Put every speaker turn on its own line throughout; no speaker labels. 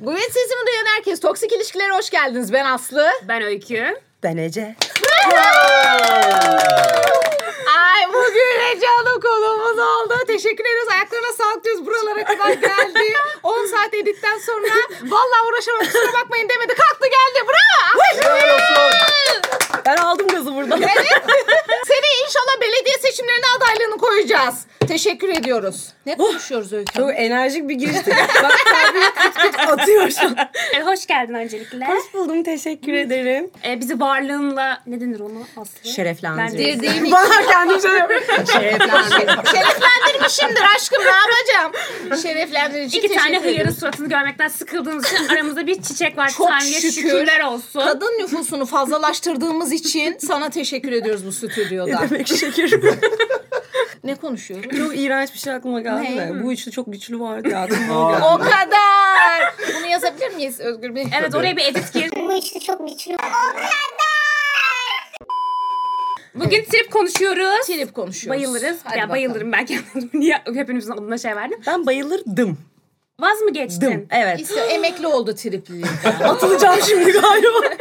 Bugün sesimi duyan herkes. Toksik ilişkilere hoş geldiniz. Ben Aslı.
Ben Öykü.
Ben Ece.
Ay bugün Ece Hanım konuğumuz oldu. Teşekkür ediyoruz. Ayaklarına sağlık diyoruz. Buralara kadar geldi. 10 saat editten sonra vallahi uğraşamam kusura bakmayın demedi. Kalktı geldi. Bravo.
Helal olsun.
Ben aldım gazı buradan.
Evet. Seni inşallah belediye seçimlerine adaylığını koyacağız. Teşekkür ediyoruz. Ne konuşuyoruz Öykü?
Çok enerjik bir girişti. Bak kalbim küt küt atıyor şu an.
E, hoş geldin öncelikle.
Hoş buldum. Teşekkür ederim.
E, bizi varlığınla Şey- ne denir ona Aslı?
Şereflendirdim.
Ben de-
Bana kendim şey yapıyorum.
Şereflendir- Şereflendirmişimdir aşkım ne yapacağım? Şereflendirin için
İki tane
teşekkür
hıyarın
ediyoruz.
suratını görmekten sıkıldığımız için aramızda bir çiçek var.
Çok
Tanrı'ya
şükür.
şükürler olsun.
Kadın nüfusunu fazlalaştırdığımız için sana teşekkür ediyoruz bu stüdyoda.
Demek şeker.
Ne konuşuyoruz?
Çok iğrenç bir şey aklıma geldi.
Ne?
de. Bu üçlü çok güçlü vardı ya. aklıma o geldi.
Aa,
O kadar. Bunu yazabilir miyiz Özgür Bey?
Evet oraya bir edit gir.
Bu işte çok güçlü.
Bugün trip konuşuyoruz.
Trip konuşuyoruz.
Bayılırız.
Hadi
ya
bakalım.
bayılırım ben kendim. Niye hepinizin adına şey verdim?
Ben bayılırdım.
Vaz mı geçtin?
Dım. Evet.
İşte emekli oldu tripliliğim.
Atılacağım şimdi galiba.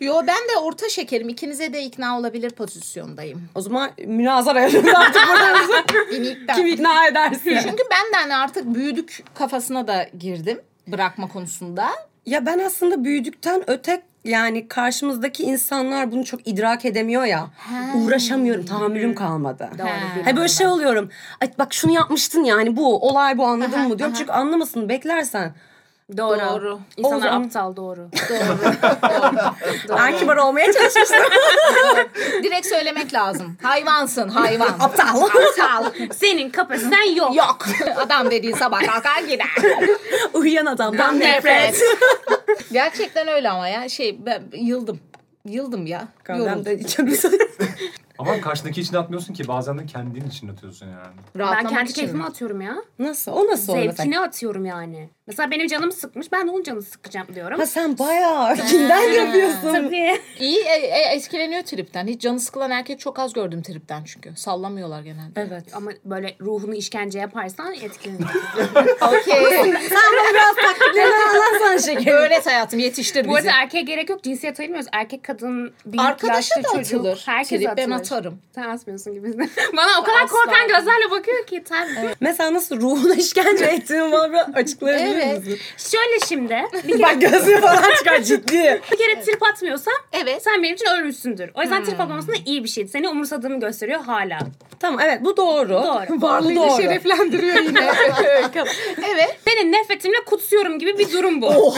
Yo ben de orta şekerim. İkinize de ikna olabilir pozisyondayım.
o zaman münazara yapalım artık burada. bizi.
Bir miktar.
Kim ikna ederse.
Çünkü ben de hani artık büyüdük kafasına da girdim bırakma konusunda.
Ya ben aslında büyüdükten öte yani karşımızdaki insanlar bunu çok idrak edemiyor ya. Uğraşamıyorum. Tahammülüm kalmadı.
Doğru.
Hani böyle şey oluyorum. Ay bak şunu yapmıştın yani bu olay bu anladın
Aha,
mı diyorum. Çünkü anlamasın beklersen.
Doğru.
Doğru.
İnsanlar
O zaman-
aptal doğru.
Doğru.
Ben kibar olmaya çalışmıştım.
Direkt söylemek lazım. Hayvansın hayvan.
Aptal.
Aptal.
Senin kapasiten yok.
Yok. Adam dediği sabah kalkar gider.
Uyuyan adamdan nefret.
Nefret. Gerçekten öyle ama ya. Şey ben yıldım. Yıldım ya.
Ben
Yoruldum.
de içeri-
Ama karşındaki için atmıyorsun ki bazen de kendin için atıyorsun yani.
Ben
Rahatlamak
kendi
için mi?
keyfime atıyorum ya.
Nasıl? O nasıl oldu
Zevkine atıyorum yani. Mesela benim canım sıkmış. Ben de onun canını sıkacağım diyorum.
Ha sen bayağı kinden yapıyorsun.
Tabii.
İyi e, e, etkileniyor tripten. Hiç canı sıkılan erkek çok az gördüm tripten çünkü. Sallamıyorlar genelde.
Evet.
Ama böyle ruhunu işkence yaparsan etkilenir.
Okey.
Neden anlarsan şeker.
Öğret hayatım yetiştir
Bu
bizi.
arada erkeğe gerek yok. Cinsiyet ayırmıyoruz. Erkek, kadın, büyük,
Arkadaşa
yaşlı,
da
çocuk.
atılır.
Herkes
trip.
atılır.
Ben atarım.
Sen asmıyorsun gibi. Bana o kadar
Asla.
korkan gözlerle bakıyor ki. Tabii.
Mesela nasıl ruhuna işkence ettiğini bana biraz açıklayabilir
Evet.
misin?
Şöyle şimdi. Bir,
Bak gözü falan çıkar ciddi.
bir kere trip atmıyorsam
Evet.
sen benim için ölmüşsündür. O yüzden
Hmm.
trip atmaması da iyi bir şeydi. Seni umursadığımı gösteriyor hala.
Tamam evet bu doğru.
Doğru.
Varlığı doğru.
şereflendiriyor yine. evet.
Seni nefretimle kutsuyorum gibi bir durum bu.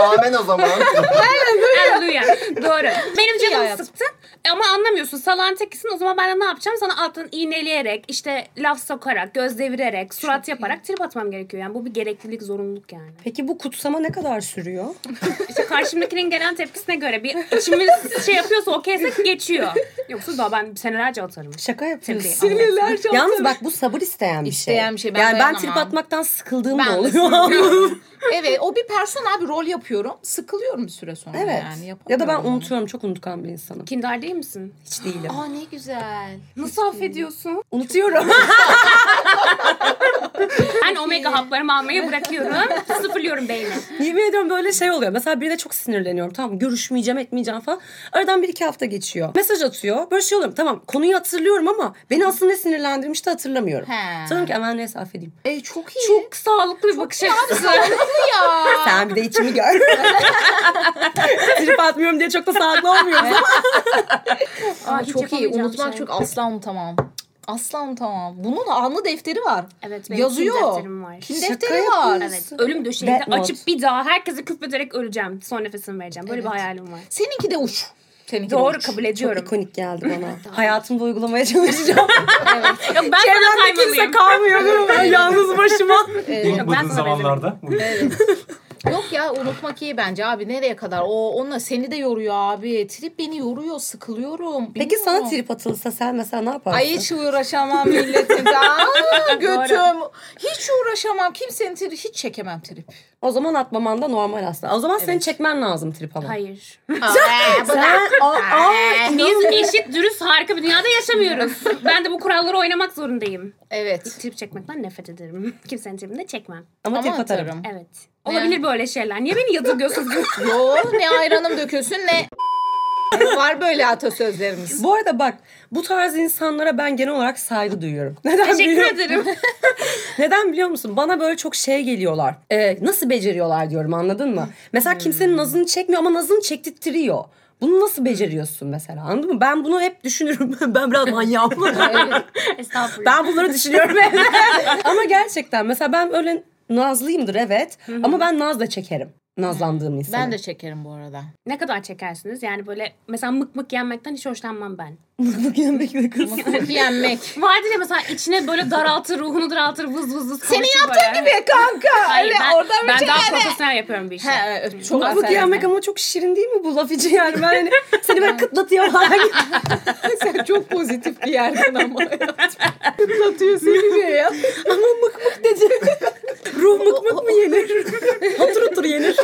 Amen o zaman.
Hallelujah. Doğru. Benim canımı
hayatım.
sıktı E, ama anlamıyorsun. Salağın tekisin o zaman ben de ne yapacağım? Sana alttan iğneleyerek, işte laf sokarak, göz devirerek, surat yaparak trip atmam gerekiyor. Yani bu bir gereklilik, zorunluluk yani.
Peki bu kutsama ne kadar sürüyor?
İşte karşımdakinin gelen tepkisine göre bir içimiz şey yapıyorsa okeyse geçiyor. Yoksa daha ben senelerce atarım.
Şaka yapıyorsun.
Tabii.
Yalnız bak bu sabır isteyen bir şey.
İsteyen bir şey, ben
yani ben
dayanamam.
trip atmaktan sıkıldığım
Ben
da
de
oluyor.
evet o bir persona bir rol yapıyorum. Sıkılıyorum bir süre sonra
evet.
yani.
ya da ben
yapamıyorum.
unutuyorum. Çok unutkan bir insanım.
Kindar değil misin?
Hiç değilim.
Aa ne güzel.
Nasıl affediyorsun?
Unutuyorum.
Ben omega haplarımı almayı bırakıyorum. Sıfırlıyorum beyni.
Yemin ediyorum böyle şey oluyor. Mesela birine çok sinirleniyorum. Tamam görüşmeyeceğim etmeyeceğim falan. Aradan bir iki hafta geçiyor. Mesaj atıyor. Böyle şey oluyorum. Tamam konuyu hatırlıyorum ama beni aslında ne sinirlendirmişti hatırlamıyorum.
He.
Sanırım ki aman neyse affedeyim.
E, çok iyi.
Çok sağlıklı bir bakış açısı.
ya.
Sen bir de içimi gör. Trip atmıyorum diye çok da sağlıklı olmuyoruz ama.
Aa,
Aa,
hiç
çok iyi.
yapamayacağım
Unutmak
şey.
çok asla unutamam. Asla unutamam. Bunun anlı defteri var.
Evet benim
Yazıyor.
Yazıyor. defterim var.
Kim
Şaka
defteri var.
Evet. Ölüm döşeğinde
Death Note.
açıp bir daha herkese küfrederek öleceğim. Son nefesimi vereceğim. Böyle bir hayalim var.
Seninki de uç. Seninki
Doğru
de uç.
kabul
Çok
ediyorum.
ikonik geldi bana. Hayatımda uygulamaya çalışacağım.
Yok ben sana
Çevremde
kaymalıyım.
kimse kalmıyor değil mi? Ben yalnız başıma.
ben
Unutmadığın
sana benzerim.
zamanlarda.
Yok ya unutmak iyi bence abi nereye kadar? O onunla seni de yoruyor abi. Trip beni yoruyor, sıkılıyorum.
Peki sana
Bilmiyorum.
trip atılsa sen mesela ne yaparsın?
Ay hiç uğraşamam milletin. Aa, götüm.
Doğru.
Hiç uğraşamam. Kimsenin tribi hiç çekemem trip.
O zaman atmaman da normal aslında. O zaman seni çekmen lazım trip ama.
Hayır.
Aa, bu da-
Biz eşit, dürüst, harika bir dünyada yaşamıyoruz. Ben de bu kuralları oynamak zorundayım.
evet.
Trip çekmekten nefret ederim. Kimsenin tribini çekmem.
Ama,
Ama
trip atarım.
atarım.
Evet. Olabilir böyle şeyler. Niye beni yadırgıyorsunuz?
Yo ne ayranım dökülsün ne var böyle atasözlerimiz.
Bu arada bak bu tarz insanlara ben genel olarak saygı duyuyorum. Neden biliyor-
Teşekkür ederim.
Neden biliyor musun? Bana böyle çok şey geliyorlar. Ee, nasıl beceriyorlar diyorum anladın mı? Mesela kimsenin nazını çekmiyor ama nazını çektirtiyor. Bunu nasıl beceriyorsun mesela anladın mı? Ben bunu hep düşünürüm. ben biraz manyağım.
Estağfurullah.
ben bunları düşünüyorum. ama gerçekten mesela ben öyle nazlıyımdır evet. ama ben naz da çekerim. Nazlandığım insanı.
Ben de çekerim bu arada.
Ne kadar çekersiniz? Yani böyle mesela mık mık yenmekten hiç hoşlanmam ben.
Mıknatı yenmek.
Vardır ya mesela içine böyle daraltır, ruhunu daraltır, vız vız vız.
Senin
konuşur
yaptığın
böyle.
gibi kanka.
Hayır
Öyle
ben,
oradan bir
ben
şey
daha
yani.
profesyonel yapıyorum bir işi.
He, evet, çok
Mıklık
aferin.
yemek ama çok şirin değil mi bu laf için yani? Ben hani seni böyle kıtlatıyor falan.
Sen çok pozitif bir yerden ama. Kıtlatıyor seni be ya.
ama mık mık dedi. Ruh mık mık mı yenir? otur otur yenir.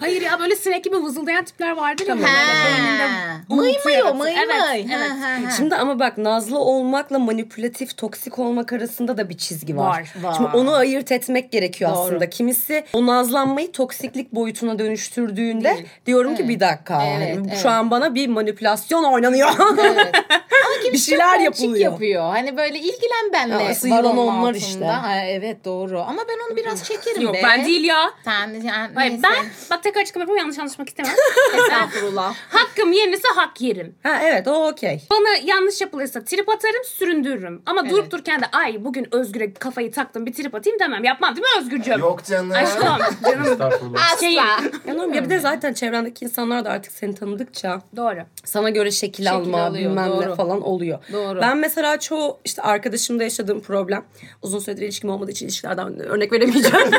Hayır ya böyle sinek gibi vızıldayan tipler vardır ya.
Tamam.
böyle beyninde
Mıy mıy o mıy
Evet,
mıy.
evet.
Ha, ha, ha.
Şimdi ama bak nazlı olmakla manipülatif, toksik olmak arasında da bir çizgi var.
Var,
var.
Şimdi onu ayırt etmek gerekiyor
Doğru.
aslında. Kimisi o nazlanmayı toksiklik boyutuna dönüştürdüğünde diyorum ki bir dakika.
Evet,
hani
evet.
Şu an bana bir manipülasyon oynanıyor.
Evet. Ama kimisi
Bir
çok
şeyler
ponçik
yapılıyor.
şey yapıyor. Hani böyle ilgilen benle.
Ya,
var
sıyıran
onun
onlar
altında.
işte.
Ha, evet doğru. Ama ben onu biraz çekerim
Yok
be.
ben değil ya.
Sen, yani,
Hayır
neyse.
ben bak tekrar açıklama yapayım yanlış anlaşmak istemem.
Estağfurullah.
Hakkım yenirse hak yerim.
ha evet o okey.
Bana yanlış yapılırsa trip atarım süründürürüm. Ama durup dururken de ay bugün Özgür'e kafayı taktım bir trip atayım demem. Yapmam değil mi Özgür'cüğüm?
Yok canım.
Aşkım canım.
Estağfurullah.
Şeyim.
Ya normal, bir de zaten çevrendeki insanlar da artık seni tanıdıkça
Doğru.
sana göre şekil,
Şekil
alma
alıyor,
bilmem
doğru.
ne falan oluyor.
Doğru.
Ben mesela çoğu işte arkadaşımda yaşadığım problem uzun süredir ilişkim olmadığı için ilişkilerden örnek veremeyeceğim.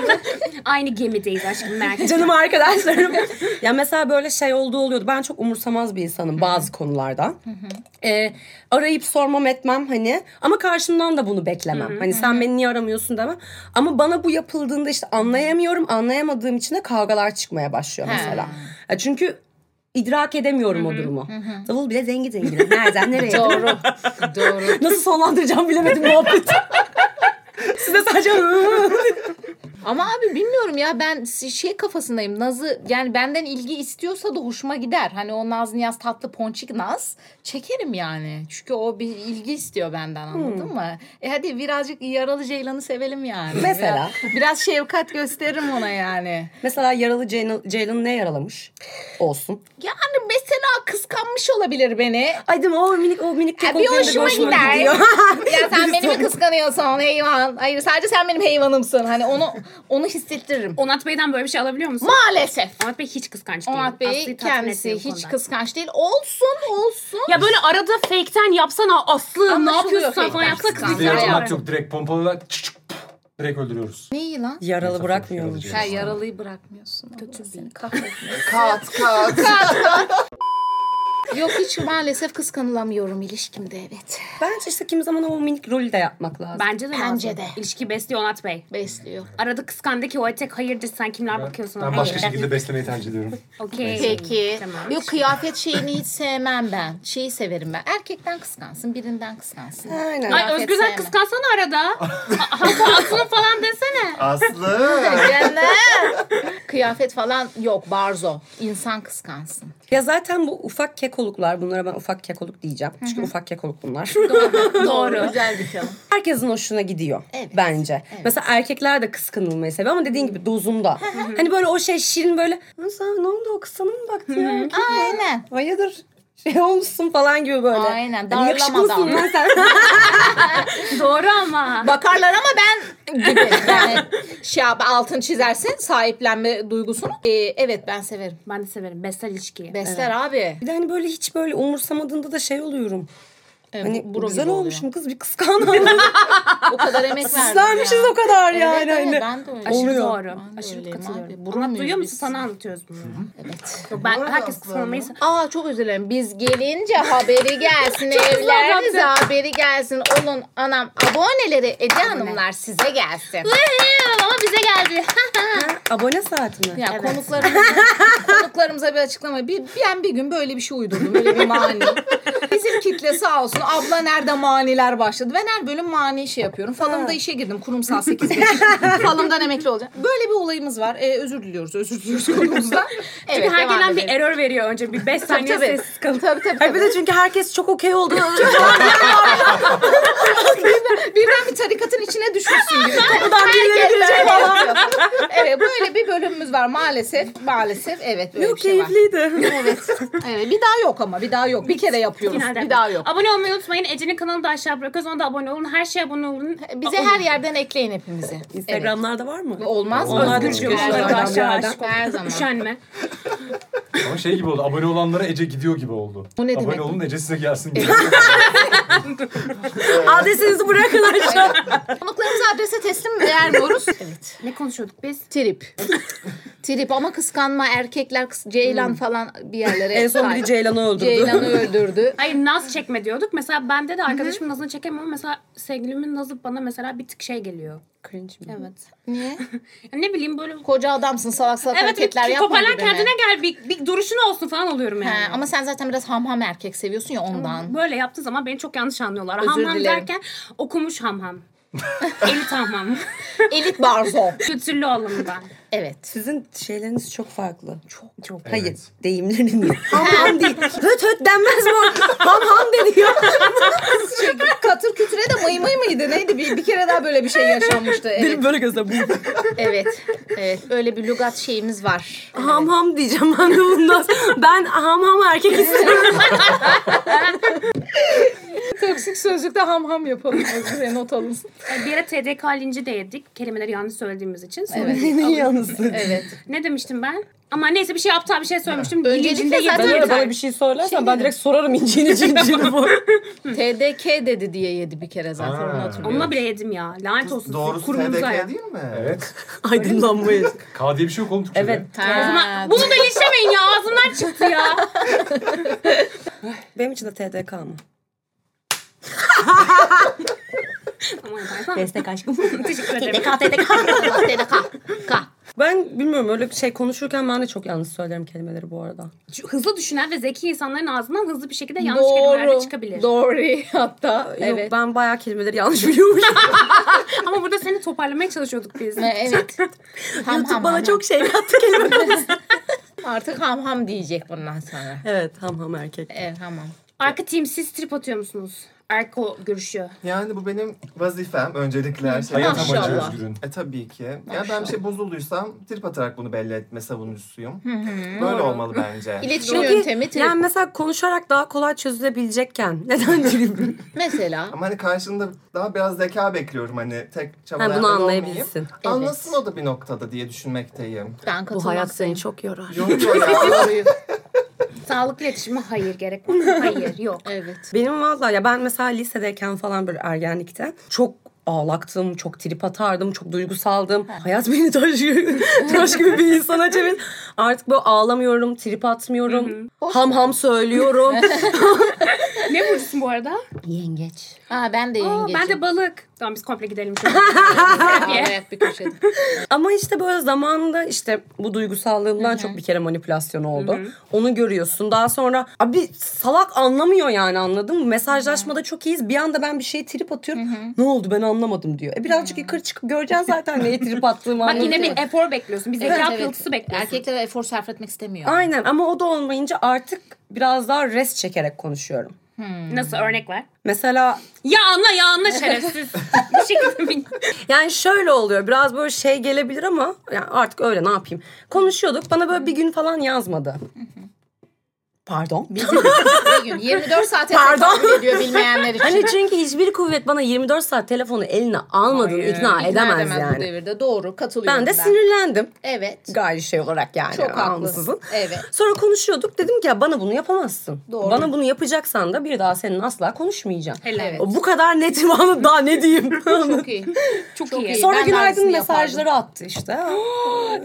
Aynı gemideyiz aşkım merak etme.
Canım arkadaşlarım. ya mesela böyle şey olduğu oluyordu. Ben çok umursamaz bir insanım bazı konularda. Ee, arayıp sormam etmem hani. Ama karşımdan da bunu beklemem. Hani sen beni niye aramıyorsun demem. Ama bana bu yapıldığında işte anlayamıyorum. Anlayamadığım için de kavgalar çıkmaya başlıyor
Ha.
mesela. Ya çünkü idrak edemiyorum o durumu. Davul bile zengi zengin. Nereden nereye?
doğru. doğru.
Nasıl sonlandıracağım bilemedim muhabbeti. Size sadece
Ama abi bilmiyorum ya ben şey kafasındayım. Naz'ı yani benden ilgi istiyorsa da hoşuma gider. Hani o Naz Niyaz tatlı ponçik Naz çekerim yani. Çünkü o bir ilgi istiyor benden anladın mı? E hadi birazcık yaralı Ceylan'ı sevelim yani.
Mesela.
Biraz, biraz şefkat gösteririm ona yani.
Mesela yaralı Ceylan- Ceylan'ı ne yaralamış? Olsun.
Yani mesela kıskanmış olabilir beni.
Ay değil mi? O minik o minik
Ya
kek
bir
olduğunda
hoşuma, gider. ya sen beni mi kıskanıyorsun heyvan? Hayır sadece sen benim heyvanımsın. Hani onu onu hissettiririm.
Onat Bey'den böyle bir şey alabiliyor musun?
Maalesef.
Onat Bey hiç kıskanç değil.
Onat
Aslı'yı
Bey
tatmin
kendisi
etmiyor bu
hiç
konuda.
kıskanç değil. Olsun olsun.
Ya böyle arada fake'ten yapsana Aslı ne
Anlaşılıyor
yapıyorsun sen
fake'ten
falan yapsa
kıskanç.
Bizde
Ya,
yaramak
yaralamak
kızlar.
yok. Direkt pompalıyla çık çık, puf, direkt öldürüyoruz.
Ne iyi lan?
Yaralı bırakmıyor
şey
mu?
Ya yaralıyı bırakmıyorsun. Kötü bir
Kat kat.
Yok hiç maalesef kıskanılamıyorum ilişkimde evet.
Bence işte kimi zaman o minik rolü de yapmak lazım.
Bence de
Bence
lazım.
de.
İlişki besliyor Onat Bey.
Besliyor.
Arada kıskandı ki o etek hayırdır sen kimler
Ben,
bakıyorsun?
ben
ona?
başka
Evet.
şekilde beslemeyi tercih ediyorum.
Okey.
Peki.
Tamam.
Yok kıyafet şeyini hiç sevmem ben. Şeyi severim ben. Erkekten kıskansın, birinden kıskansın.
Aynen.
Ay
Kıyafet
Özgür sen
sevmem.
kıskansana arada. Ha- Hatta Aslı'nı falan desene.
Aslı.
Cennet. Kıyafet falan yok barzo. İnsan kıskansın.
Ya zaten bu ufak kekoluklar. Bunlara ben ufak kekoluk diyeceğim. Çünkü ufak kekoluk bunlar.
Doğru.
Güzel bir tanım.
Herkesin hoşuna gidiyor
Evet.
bence. Mesela erkekler de kıskanılmayı seviyor ama dediğin gibi dozunda. hani böyle o şey şirin böyle. "Lan Sen ne oldu o kısana mı baktın ya? Erkek mi?
Aynen.
Hayırdır? Şey olmuşsun falan gibi böyle.
Aynen,
Hani Yakışıklısın
darlamadan.
lan sen.
Doğru ama.
Bakarlar ama ben gibi. Yani şey yap, altın çizersin sahiplenme duygusunu. Ee, evet ben severim.
Ben de severim. Bestel ilişkiyi.
Besler abi.
Bir de hani böyle hiç böyle umursamadığında da şey oluyorum.
Evet,
Hani
bro
güzel
gibi oluyor.
olmuşum kız bir kıskandım.
o kadar emek verdim.
Sislenmişiz o kadar
Evet,
yani.
evet,
hani.
ben de öyle.
Aşırı
Oluyor.
doğru.
Ben de
Aşırı
öyleyim
katılıyorum.
abi.
Burak
Buramıyoruz
duyuyor musun?
biz.
Sana anlatıyoruz bunu.
Evet.
Yok, ben
Bu arada
herkes
Aslı
kıskanmayı...
Aa çok özür dilerim. Biz gelince haberi gelsin.
hızlı
Evlerinize
anlattın.
haberi gelsin. Olun anam aboneleri Ece Hanımlar size gelsin.
Ama bize geldi.
Abone saati mi?
Ya konuklarımıza, konuklarımıza bir açıklama. Bir, ben bir gün böyle bir şey uydurdum. Böyle bir mani. Bizim kitle sağ olsun. Abla nerede maniler başladı. Ben her bölüm mani şey yapıyorum. Falımda işe girdim. Kurumsal 8 Falımdan emekli olacağım. Böyle bir olayımız var. Ee, özür diliyoruz. Özür diliyoruz konumuzdan. Evet,
Çünkü her
devam
gelen bir
edelim.
error veriyor önce. Bir 5 saniye
e- Tabii.
sessiz kalın.
Tabii tabii.
Ay
tabii.
bir de çünkü herkes çok okey oldu.
Birden bir tarikatın içine düşmüşsün gibi.
Kapıdan birileri girecek falan.
evet böyle bir bölümümüz var maalesef. Maalesef evet böyle
Yok
bir şey var.
keyifliydi.
Evet. evet. Ee, Bir daha yok ama bir daha yok. Bir kere yapıyoruz.
Finalde.
Bir daha yok.
Abone olmayı unutmayın. Ece'nin kanalını da aşağı bırakıyoruz. Ona da abone olun. Her şeye abone olun.
Bize her yerden ekleyin hepimizi.
Instagramlarda var mı?
Olmaz mı?
Onlar da
Özgür
çıkıyor.
her
Onlar da
zaman.
aşağı
aşık
Her zaman.
Üşenme.
Ama şey gibi oldu. Abone olanlara Ece gidiyor gibi oldu.
Bu ne
abone
demek?
olun Ece size gelsin gibi.
Adresinizi bırakın aşağı.
Konuklarımızı adrese teslim vermiyoruz. evet.
Ne konuşuyorduk biz?
Trip. Trip ama kıskanma erkekler kıs- Ceylan falan bir yerlere.
Hmm. en son biri
sahip.
Ceylan'ı öldürdü.
Ceylan'ı öldürdü.
Hayır naz çekme diyorduk. Mesela bende de arkadaşımın nazını çekemiyorum. Mesela sevgilimin nazı bana mesela bir tık şey geliyor.
Cringe mi?
Evet.
Niye?
Ya ne bileyim böyle...
Koca adamsın salak salak
Evet bir
hareketler yapma
toparlan
gibi mi?
kendine gel. Bir, bir duruşun olsun falan oluyorum yani.
He, ama sen zaten biraz ham ham erkek seviyorsun ya ondan.
Böyle yaptığı zaman beni çok yanlış anlıyorlar.
Özür
ham ham
dilerim.
derken okumuş ham ham. Elit ham ham.
Elit barzo.
Kültürlü olanım ben.
Evet.
Sizin şeyleriniz çok farklı. Çok çok. Hayır
Evet.
deyimlerin yok. Ham ham değil. Höt höt denmez bu. ham ham deniyor.
Çünkü katır kütüre de mıy mıy mıydı neydi? Bir, bir kere daha böyle bir şey yaşanmıştı. Evet.
Benim böyle gözler. bu.
evet. Evet. Öyle bir lügat şeyimiz var.
ham ham diyeceğim ben de bundan. sonra. Ben ham ham erkek istiyorum.
Toksik sözlükte ham ham yapalım. Buraya not alınsın.
Ee, Bir ara TDK linci de yedik. Kelimeleri yanlış söylediğimiz için. Sonra
Evet.
Senin yalnızsın.
Evet.
Ne demiştim ben? Ama neyse bir şey aptal bir şey söylemiştim.
Öncelikle
Bilincinde
zaten-
yedim.
Bana- bana
bir şey söylersen ben direkt sorarım incini cincini bu.
TDK dedi diye yedi bir kere zaten
Ha.
onu hatırlıyorum.
Onunla bile yedim ya. Lanet olsun.
Doğrusu
Kurumumuza ya.
TDK değil mi?
evet.
Aydınlanmayız.
K diye bir şey yok oğlum Türkçe'de.
Evet.
O zaman bunu da linçlemeyin ya. Ağzımdan çıktı ya.
Benim için de TDK mı?
Aman efendim.
Destek aşkım.
Teşekkür ederim.
TDK.
TDK. K.
Ben bilmiyorum öyle şey konuşurken ben de çok yanlış söylerim kelimeleri bu arada.
Hızlı düşünen ve zeki insanların ağzından hızlı bir şekilde yanlış kelimeler de
Doğru.
çıkabilir.
Doğru. Hatta
Yok
evet.
ben bayağı kelimeleri yanlış biliyormuşum.
Ama burada seni toparlamaya çalışıyorduk biz.
Ne, Evet. Ham
YouTube
ham
bana
ham.
çok şey kattı kelime konusunda.
Artık ham ham diyecek bundan sonra.
evet ham ham erkek.
Evet ham ham.
Arka team siz trip atıyor musunuz? Arko görüşüyor.
Yani bu benim vazifem. Öncelikle her şey.
Hayat amacı
Maşallah.
özgürün.
E tabii ki. Ya ben bir şey bozulduysam trip atarak bunu belli etme savunucusuyum. Böyle olmalı bence.
İletişim
Çünkü
yöntemi trip.
Yani mesela konuşarak daha kolay çözülebilecekken neden trip?
Mesela.
Ama hani karşında daha biraz zeka bekliyorum hani tek
Ha,
çabalardan
bunu
olmayayım.
anlayabilsin.
Anlasın o da bir noktada diye düşünmekteyim.
Ben katılmak
Bu hayat seni çok yorar.
Yoruyor ya.
Sağlıklı iletişime hayır gerek var mı? Hayır yok.
Evet.
Benim valla ya ben mesela lisedeyken falan böyle ergenlikte çok ağlaktım, çok trip atardım, çok duygusaldım. Hayat beni taş gibi, taş gibi bir insana çevir. Artık böyle ağlamıyorum, trip atmıyorum. ham ham söylüyorum.
ne burcusun bu arada?
Yengeç.
Ha ben de
Aa,
yengecim.
ben de balık. Tamam biz komple gidelim.
Aa, evet bir köşede.
Ama işte böyle zamanında işte bu duygusallığımdan çok bir kere manipülasyon oldu. Onu görüyorsun. Daha sonra abi salak anlamıyor yani anladın mı? Mesajlaşmada çok iyiyiz. Bir anda ben bir şeye trip atıyorum. Ne oldu ben anlamadım diyor. E birazcık yukarı çıkıp göreceksin zaten neye trip attığımı.
Bak
anladın
yine
mı?
bir efor bekliyorsun. Bir zeka pırıltısı bekliyorsun.
Erkekler efor sarf etmek istemiyor.
Aynen ama o da olmayınca artık biraz daha rest çekerek konuşuyorum.
Nasıl örnek ver?
Mesela
Ya anla ya anla şerefsiz. bir şekilde bir...
yani şöyle oluyor biraz böyle şey gelebilir ama yani artık öyle ne yapayım. Konuşuyorduk bana böyle bir gün falan yazmadı. Pardon.
Bizi bir gün 24 saate
Pardon.
tekabül ediyor bilmeyenler için.
Hani çünkü hiçbir kuvvet bana 24 saat telefonu eline almadığını
Hayır.
ikna
İkna
edemez,
bu
yani.
devirde doğru katılıyorum
Ben de sinirlendim.
Evet.
Gayri şey olarak yani.
Çok haklısın.
ansızın.
Evet.
Sonra konuşuyorduk. Dedim ki ya bana bunu yapamazsın.
Doğru.
Bana bunu yapacaksan da bir daha senin asla konuşmayacağım.
Helal.
Evet.
Bu kadar netim anı daha ne diyeyim.
Çok iyi.
Çok,
Çok
iyi.
iyi.
Sonra
Ee, Ben de
günaydın
aynısını yapardım.
mesajları attı işte.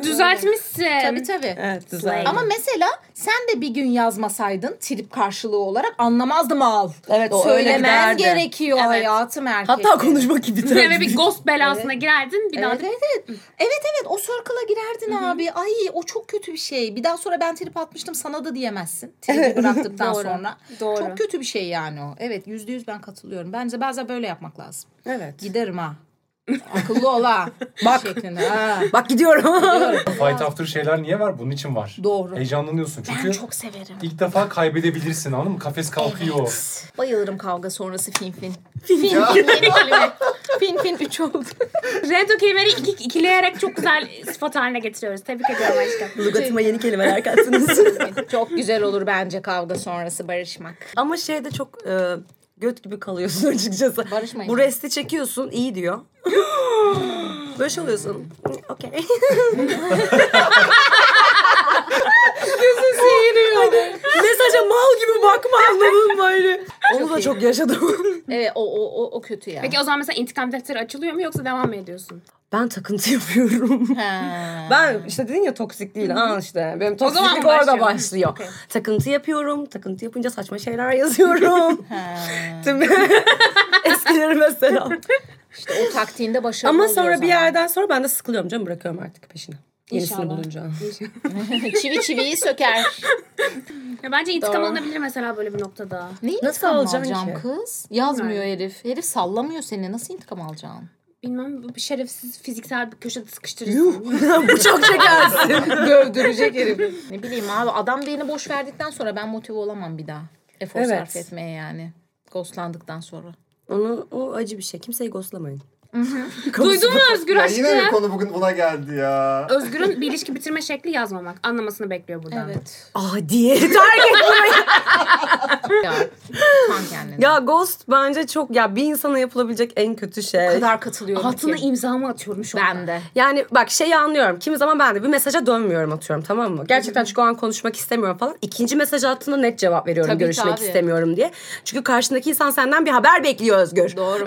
Düzeltmişsin.
Tabii tabii.
evet güzel.
Ama mesela sen de bir gün yazmasaydın trip karşılığı olarak anlamazdım al.
Evet, o öyle
Söylemen
giderdi.
gerekiyor
Evet.
hayatım erkek.
Hatta konuşmak gibi
Ve bir ghost belasına girerdin. Bir daha
Evet evet. evet. Evet evet o circle'a girerdin abi. Ay o çok kötü bir şey. Bir daha sonra ben trip atmıştım sana da diyemezsin. Tripi bıraktıktan
Doğru,
sonra.
doğru.
Çok kötü bir şey yani o. Evet yüzde yüz ben katılıyorum. Bence bazen böyle yapmak lazım.
Evet.
Giderim ha. Akıllı ol ha.
Bak.
Şeklinde. Ha.
Bak gidiyorum.
Fight after şeyler niye var? Bunun için var.
Doğru.
Heyecanlanıyorsun çünkü
Çok severim.
ilk defa kaybedebilirsin anladın mı? Kafes kalkıyor.
Bayılırım kavga sonrası fin fin. Fin fin yeni kelime. Fin fin üç oldu.
Redo kelimeri iki, ikileyerek çok güzel sıfat haline getiriyoruz. Tebrik ediyorum aşkım.
Lugatıma yeni kelimeler kattınız.
Çok güzel olur bence kavga sonrası barışmak.
Ama şeyde çok e, göt gibi kalıyorsun açıkçası.
Barışmayın.
Bu resti çekiyorsun iyi diyor. Böyle şey oluyorsun. Okey. Gözün seyiriyor. Mesaja mal gibi bakma anladın mı öyle? Onu da çok yaşadım.
Evet o o o, o kötü ya.
Peki o zaman mesela intikam defteri açılıyor mu yoksa devam mı ediyorsun?
Ben takıntı yapıyorum.
Ha.
Ben işte dedin ya toksik değil ha işte. Benim
zaman
toksiklik
mı
orada
başlıyor?
başlıyor.
Okey.
Takıntı yapıyorum. Takıntı yapınca saçma şeyler yazıyorum. Tüm eskilerime selam.
İşte o taktiğinde başarılı
Ama
oluyor
sonra bir
zaten.
yerden sonra ben de sıkılıyorum canım bırakıyorum artık peşini. Yenisini
İnşallah.
bulunca.
çivi çiviyi söker.
Ya bence intikam
Doğru.
alınabilir mesela böyle bir noktada.
Neyi
Nasıl
intikam
alacaksın
alacağım
ki?
kız? Yazmıyor herif. Herif sallamıyor seni. Nasıl intikam alacaksın?
Bilmem bu bir şerefsiz fiziksel bir köşede sıkıştırırsın.
Bu çok şekersin.
Dövdürecek herif. Ne bileyim abi adam beni boş verdikten sonra ben motive olamam bir daha. Efor
Evet.
sarf etmeye yani. Ghostlandıktan sonra.
Onu, o acı bir şey. Kimseyi ghostlamayın.
Duydun mu Özgür
Ya yine mi
aşkı?
konu bugün buna geldi ya?
Özgür'ün bir ilişki bitirme şekli yazmamak. Anlamasını bekliyor buradan.
Evet.
Adiye. Target burayı.
ya. Kan kendini.
ya ghost bence çok ya bir insana yapılabilecek en kötü şey.
O kadar katılıyorum
Altına
ki.
imzamı atıyorum şu anda.
Ben de.
Yani bak şeyi anlıyorum. Kimi zaman ben de bir mesaja dönmüyorum atıyorum tamam mı? Gerçekten çünkü o an konuşmak istemiyorum falan. İkinci mesaj attığında net cevap veriyorum
Tabii ki
görüşmek
abi.
istemiyorum diye. Çünkü karşındaki insan senden bir haber bekliyor Özgür.
Doğru.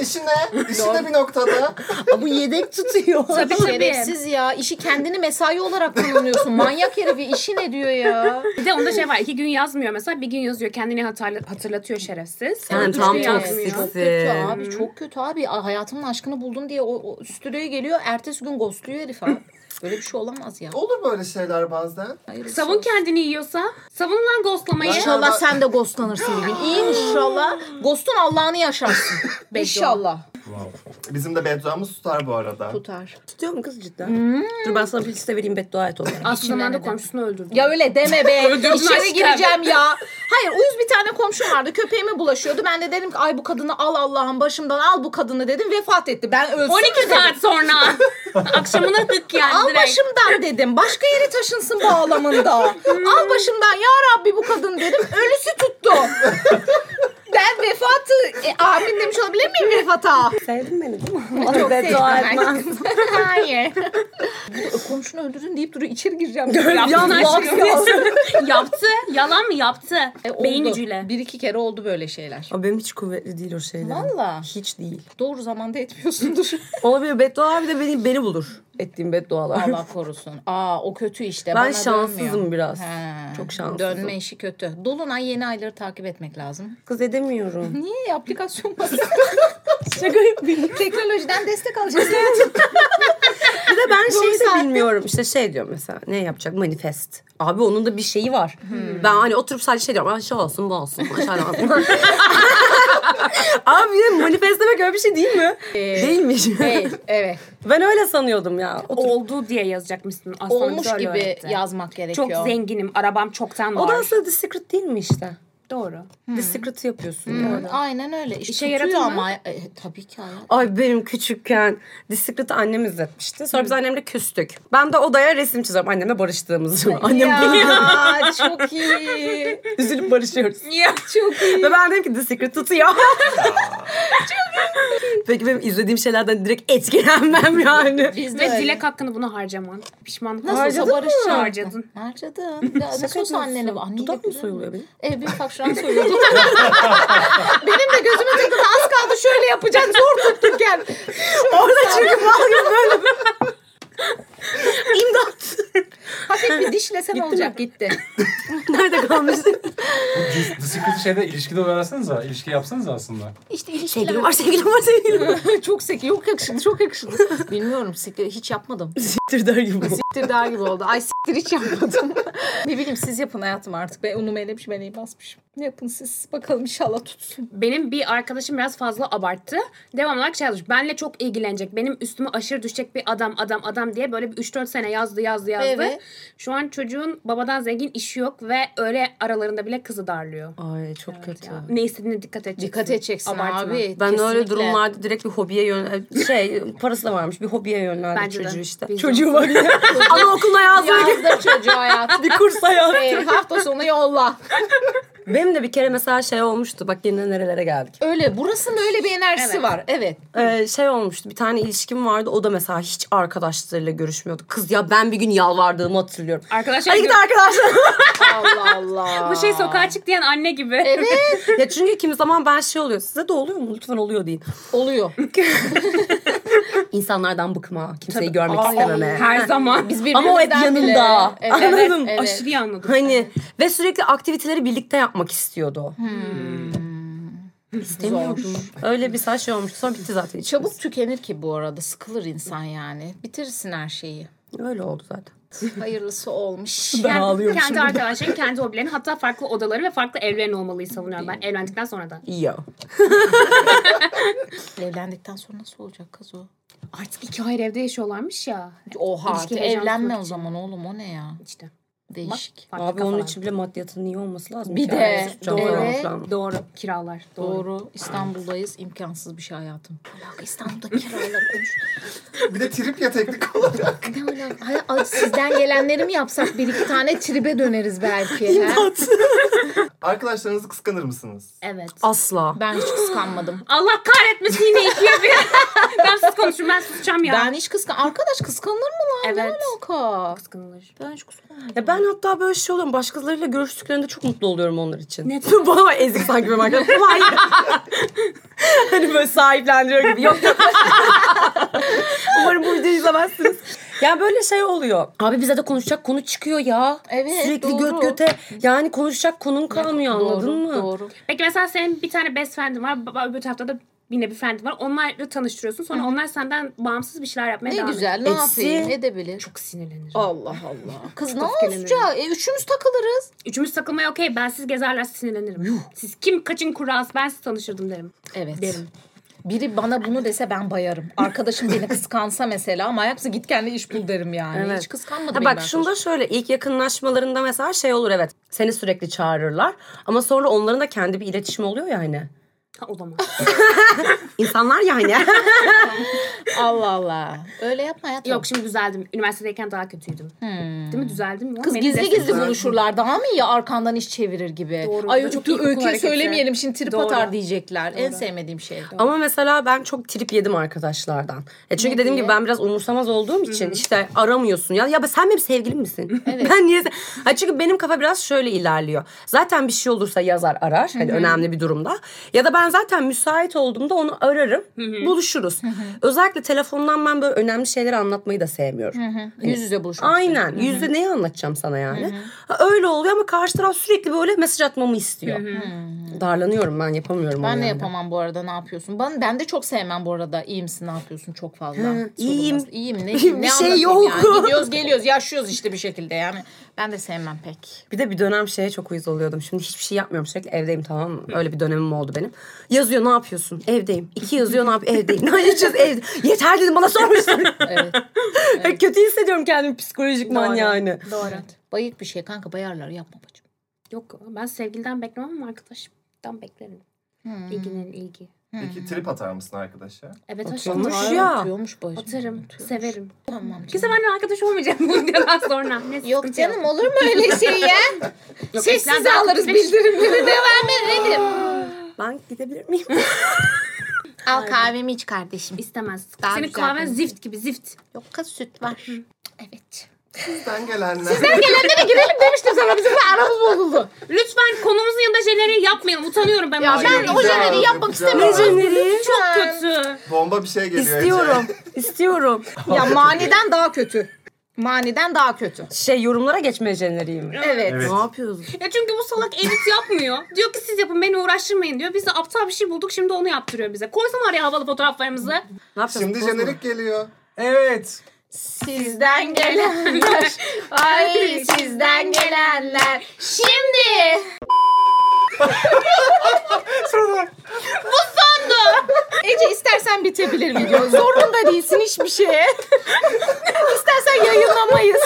İşine, işine bir noktada.
Bu yedek tutuyor.
Tabii tabii.
Şerefsiz ya. İşi kendini mesai olarak kullanıyorsun. Manyak herif ya. işi ne diyor ya?
Bir de onda şey var. iki gün yazmıyor mesela. Bir gün yazıyor. Kendini hatırla- hatırlatıyor şerefsiz. Sonra
Sen
üç
tam
gün yazmıyor.
toksiksin.
şey Çok kötü abi. Çok kötü abi. A- Hayatımın aşkını buldum diye o, o stüdyoya geliyor. Ertesi gün ghostluyor herif abi. Böyle bir şey olamaz ya.
Olur böyle şeyler bazen.
Hayır, bir şey
Savun
olmaz.
kendini yiyorsa. Savun lan ghostlamayı.
Lan-
İnşallah sen de ghostlanırsın bir gün. İnşallah. Ghost'un Allah'ını yaşarsın. İnşallah.
Bizim de bedduamız tutar bu arada.
Tutar. Hmm.
Tutuyor mu kız cidden? Dur ben sana bir liste vereyim beddua et olarak.
Aslı zamanda
neden?
komşusunu öldürdü.
Ya öyle deme be. İçeri
aşkım.
gireceğim ya. Hayır uyuz bir tane komşum vardı. Köpeğime bulaşıyordu. Ben de dedim ki ay bu kadını al Allah'ım başımdan al bu kadını dedim. Vefat etti. Ben ölsün.
12 saat sonra. Akşamına hık yani
Al
direkt.
başımdan dedim. Başka yere taşınsın bağlamında. Al başımdan ya Rabbi bu kadın dedim. Ölüsü tuttu. Ben vefatı e, amin demiş olabilir miyim vefata?
Sevdin beni değil mi?
Çok
beddua etmez.
Hayır. Komşunu öldürdün deyip duruyor içeri gireceğim.
Yan
Yaptın
box
aşkım. Yaptı. Yalan mı yaptı?
E,
Beyin
oldu.
gücüyle.
Bir iki kere oldu böyle şeyler.
Ama benim hiç kuvvetli değil o şeyler.
Valla.
Hiç değil.
Doğru zamanda etmiyorsundur.
Olabilir beddua bir de beni, beni bulur. Ettiğim beddualar.
Allah korusun. Aa o kötü işte.
Ben
Bana
şanssızım
dönmüyor.
biraz.
He.
Çok şanssızım.
Dönme işi kötü. Dolunay yeni ayları takip etmek lazım.
Kız edemiyorum.
Niye aplikasyon var?
Şaka yapayım.
Teknolojiden destek alacağız.
Bir de ben şeyi de
saatte-
bilmiyorum. İşte şey diyor mesela ne yapacak manifest. Abi onun da bir şeyi var.
Hmm.
Ben hani oturup sadece şey diyorum. "Ay Şu olsun bu olsun. Aşağı olsun. Abi bir de manifest demek öyle bir şey değil mi? Değilmiş.
evet, evet.
ben öyle sanıyordum ya. Oturup.
Oldu diye yazacakmışsın. Aslanımız
Olmuş
öyle
gibi
öğretti.
yazmak gerekiyor.
Çok zenginim. Arabam çoktan var.
O da aslında The Secret değil mi işte?
Doğru.
Hmm.
Bir sıkıntı yapıyorsun
Hı,
yani.
Aynen öyle. İş
İşe
İşe
yaradı
tutuyor
mı?
ama. E, tabii ki hayat.
Ay benim küçükken Discret'ı annem izletmişti.
Hmm.
Sonra biz annemle küstük. Ben de odaya resim çiziyorum annemle barıştığımız zaman. Annem
ya çok iyi.
üzülüp barışıyoruz.
Ya çok iyi.
Ve ben dedim ki The Secret tutuyor. Peki benim izlediğim şeylerden direkt etkilenmem yani.
Biz de
Ve
öyle.
dilek hakkını buna harcaman. Pişmanlık.
Nasıl
Harcadın
olsa barışacağız.
mı? Harcadın.
Harcadım. Ya nasıl olsa annene anneyle
Dudak mı
güzel.
soyuluyor benim?
E, bir bak şu an soyuyordu. Benim de gözümün takıldı. Az kaldı şöyle yapacak. Zor tuttum kendimi.
Orada çünkü mal gibi böyle. İmdat.
Hafif bir dişlesem olacak gitti.
Nerede kalmıştık?
The Secret şeyde ilişkide oynasanıza. ilişki yapsanız aslında.
İşte
şey
ilişkiler.
Sevgilim var sevgilim var sevgilim var.
çok sek. Yok yakışıklı çok yakışıklı. Bilmiyorum siktir hiç yapmadım.
Siktir der gibi.
Siktir daha gibi oldu. Ay siktir hiç yapmadım. ne bileyim siz yapın hayatım artık. Ben unum elemiş ben iyi basmışım. Yapın siz bakalım inşallah tutsun.
Benim bir arkadaşım biraz fazla abarttı. Devamlı olarak şey yazmış. Benle çok ilgilenecek. Benim üstüme aşırı düşecek bir adam adam adam diye böyle bir 3-4 sene yazdı yazdı yazdı.
Evet.
Şu an çocuğun babadan zengin işi yok ve öyle aralarında bile kızı darlıyor.
Ay çok kötü.
Ya, ne istediğine dikkat edeceksin.
Dikkat edeceksin
Abartma.
abi.
Ben öyle
kesinlikle.
durumlarda direkt bir hobiye yön şey parası da varmış bir hobiye yönlendim
Bence de.
çocuğu işte.
Biz de
Çocuğu var ya. Anaokuluna yazmaya git.
Yazdır çocuğu hayatım.
bir kurs hayatı.
Ee, hafta sonu yolla.
Benim de bir kere mesela şey olmuştu. Bak yine nerelere geldik.
Öyle burasının öyle bir enerjisi
Evet.
var. Evet.
Ee, şey olmuştu bir tane ilişkim vardı o da mesela hiç arkadaşlarıyla görüşmüyordu. Kız ya ben bir gün yalvardığımı hatırlıyorum.
Arkadaşlar
Hadi git arkadaşlar.
Allah Allah.
bu şey sokağa çık diyen anne gibi.
Evet
ya çünkü kimi zaman ben şey oluyor. Size de oluyor mu? Lütfen oluyor deyin.
oluyor.
İnsanlardan bıkma. Kimseyi görmek istememe.
Her zaman. Biz bir
Ama o hep
birbirimizden bile.
yanında.
Evet,
Anladın?
evet.
aşırı iyi anladık.
Hani ve sürekli aktiviteleri birlikte yapmak istiyordu. Hmm. İstemiyordum. Öyle bir saç şey olmuş. Sonra bitti zaten. ilişkimiz.
Çabuk tükenir ki bu arada. Sıkılır insan yani. Bitirsin her şeyi.
Öyle oldu zaten.
Hayırlısı olmuş.
Ben
Kendi-
ağlıyorum
kendi
şimdi.
arkadaşların, kendi hobilerin hatta farklı odaların ve farklı evlerin olmalıyı savunuyorum ben evlendikten sonra da.
Yo.
Evlendikten sonra nasıl olacak kız o?
Artık iki ayrı evde yaşıyorlarmış ya.
Oha
İlişki
artık
heyecanı
evlenme
tutmak
o
için.
zaman oğlum o ne ya?
İşte.
Değişik.
Farklı
Abi onun
kafalar.
için bile maddiyatının iyi olması lazım.
Bir
Ki
de,
ailesi tutacağım falan
evet.
filan.
Doğru. Kiralar. Doğru.
Doğru. İstanbul'dayız. imkansız bir şey hayatım. Ne alaka İstanbul'da kiralar konuş.
Bir de trip ya teknik olarak.
Ne alaka? Hay- Ay, sizden gelenleri mi yapsak bir iki tane tribe döneriz belki. ha?
Arkadaşlarınızı kıskanır mısınız?
Evet.
Asla.
Ben hiç kıskanmadım.
Allah kahretmesin yine ikiye bir. ben siz konuşun ben susacağım ya.
Ben hiç kıskan... Arkadaş kıskanır mı lan?
Evet.
Ne alaka?
Kıskanılır.
Ben hiç kıskanmadım.
Ya ben hatta böyle şey oluyorum. Başkalarıyla görüştüklerinde çok mutlu oluyorum onlar için.
Ne?
Bana bak ezik sanki benim arkadaşım. Hayır. hani böyle sahiplendiriyor gibi. Yok yok. Umarım bu videoyu izlemezsiniz. Yani böyle şey oluyor. Abi bize de konuşacak konu çıkıyor ya.
Evet,
Sürekli
doğru.
göt göte. Yani konuşacak konun kalmıyor anladın
Doğru,
mı?
Doğru.
Peki mesela senin bir tane best friend'in var. ba- Öbür tarafta da yine bir friend'in var. Onları tanıştırıyorsun. Sonra onlar senden bağımsız bir şeyler yapmaya
Ne
devam ediyor.
güzel. Ne
Etsi.
yapayım? Edebilir. Çok
Sinirlenir.
Allah Allah. Kız ne
öfkelenirim.
olacak? E, üçümüz takılırız.
Üçümüz takılmaya okey. Ben siz gezerler sinirlenirim. Siz kim kaçın kurası ben siz tanışırdım derim.
Evet.
Derim.
Biri bana bunu dese ben bayarım. Arkadaşım beni kıskansa mesela ama ayaksa git kendi iş bul derim yani.
Evet.
Hiç kıskanmadım.
Ha
benim
bak
arkadaşım.
şunda şöyle ilk yakınlaşmalarında mesela şey olur evet. Seni sürekli çağırırlar. Ama sonra onların da kendi bir iletişimi oluyor ya hani.
Ha, o zaman.
İnsanlar ya hani.
Allah Allah. Öyle yapma hayatım.
Yok şimdi düzeldim. Üniversitedeyken daha kötüydüm. Değil mi? Düzeldim. ya.
Kız
Beni
gizli
destek-
gizli buluşurlar daha mı iyi arkandan iş çevirir gibi.
Doğru.
Ay
Böyle
çok
çok iyi
öyküyü
hareketi.
söylemeyelim şimdi trip
Doğru.
atar diyecekler. En sevmediğim şey.
Ama mesela ben çok trip yedim arkadaşlardan. E çünkü
Ne
dediğim
diye?
gibi ben biraz umursamaz olduğum için işte aramıyorsun ya. Ya ben- sen benim sevgilim misin?
Evet.
ben niye? se- Ha çünkü benim kafa biraz şöyle ilerliyor. Zaten bir şey olursa yazar arar. Hani önemli bir durumda. Ya da ben zaten müsait olduğumda onu ararım. buluşuruz. Özellikle telefondan ben böyle önemli şeyleri anlatmayı da sevmiyorum.
Yüz yüze buluşmak.
Aynen. Yüzde neyi anlatacağım sana yani? Ha, öyle oluyor ama karşı taraf sürekli böyle mesaj atmamı istiyor. Darlanıyorum ben yapamıyorum. onu
Ben de
yani.
yapamam bu arada ne yapıyorsun? Ben, ben de çok sevmem bu arada. İyi misin ne yapıyorsun çok fazla. Sorulmaz.
iyiyim.
İyiyim ne,
Bir
ne
şey
anlatayım
yok.
Yani. Gidiyoruz geliyoruz yaşıyoruz işte bir şekilde yani. Ben de sevmem pek.
Bir de bir dönem şeye çok uyuz oluyordum. Şimdi hiçbir şey yapmıyorum. Sürekli evdeyim tamam mı? Öyle bir dönemim oldu benim. Yazıyor ne yapıyorsun? Evdeyim. İki yazıyor ne yapıyorsun? Evdeyim. Ne yapacağız? Evde. Yeter dedim bana sormuşsun.
Evet.
Kötü hissediyorum kendimi psikolojikman yani.
Doğru. Bayık bir şey kanka bayarlar yapma bacım.
Yok ben sevgiliden beklemem ama arkadaşımdan beklerim. İlginin ilgi.
Peki trip atar mısın arkadaşa?
Evet
Atıyormuş.
aşkım.
Ya.
Atıyormuş bacım.
Atarım.
Atıyormuş.
Severim.
Tamam
Kimse
canım.
benimle arkadaş olmayacak bu videodan sonra. Ne
Yok
sıkıntı yok.
canım olur mu öyle şey ya?
Yok,
Sessiz
Ekrem'den
alırız
arkadaş-
bildirimleri devam
Verelim.
Ben gidebilir miyim?
Al kahvemi iç kardeşim.
İstemez.
Daha
Senin
güzel
kahven
bence.
zift gibi zift.
Yok kız süt var. Evet.
Sizden gelenler.
Gelenlere girelim demiştim sana bizim de aramız bozuldu.
Lütfen konumuzun yanında jeneriği yapmayalım. Utanıyorum ben.
Ya
bundan.
ben o
Yapacağız,
jeneriği yapmak
yapacağız.
istemiyorum.
çok kötü.
Bomba bir şey geliyor. Ece.
İstiyorum. İstiyorum.
Ya maniden daha kötü. Maniden daha kötü.
Şey yorumlara geçme jeneriğim.
Evet.
Evet.
Ne yapıyoruz?
Ya çünkü bu salak edit yapmıyor. diyor ki siz yapın beni uğraştırmayın diyor. Biz de aptal bir şey bulduk şimdi onu yaptırıyor bize. Koysana araya havalı fotoğraflarımızı.
Ne yapacağız?
Şimdi
Bozma.
jenerik geliyor.
Evet.
Sizden gelenler. Ay sizden gelenler. Şimdi.
Ece istersen bitebilir video. Zorunda değilsin hiçbir şeye. istersen yayınlamayız.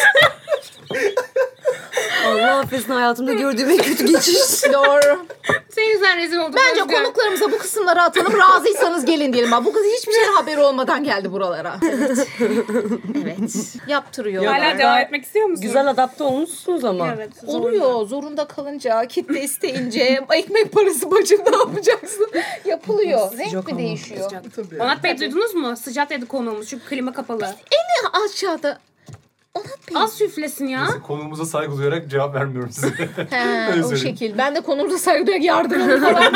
Allah affetsin hayatımda gördüğüm en kötü geçiş.
Doğru.
Senin yüzünden rezil olduk.
Bence
Özgür.
konuklarımıza bu kısımları atalım. Razıysanız gelin diyelim. Ha, Bu kız hiçbir şeyden haberi olmadan geldi buralara.
Evet. Yaptırıyorlar.
Hala devam etmek istiyor musun?
Güzel adapte olmuşsunuz ama.
Evet.
Oluyor. Zorunda kalınca, kitle isteyince, ekmek parası bacım ne yapacaksın? Yapılıyor.
Renk mi değişiyor?
Onat Bey duydunuz mu? Sıcak dedi konuğumuz çünkü klima kapalı.
Aşağıda.
Az süflesin ya.
Konumuza saygı duyarak cevap vermiyorum size.
He, o
Özür dilerim.
şekil. Ben de konumuza saygı duyarak yardımını falan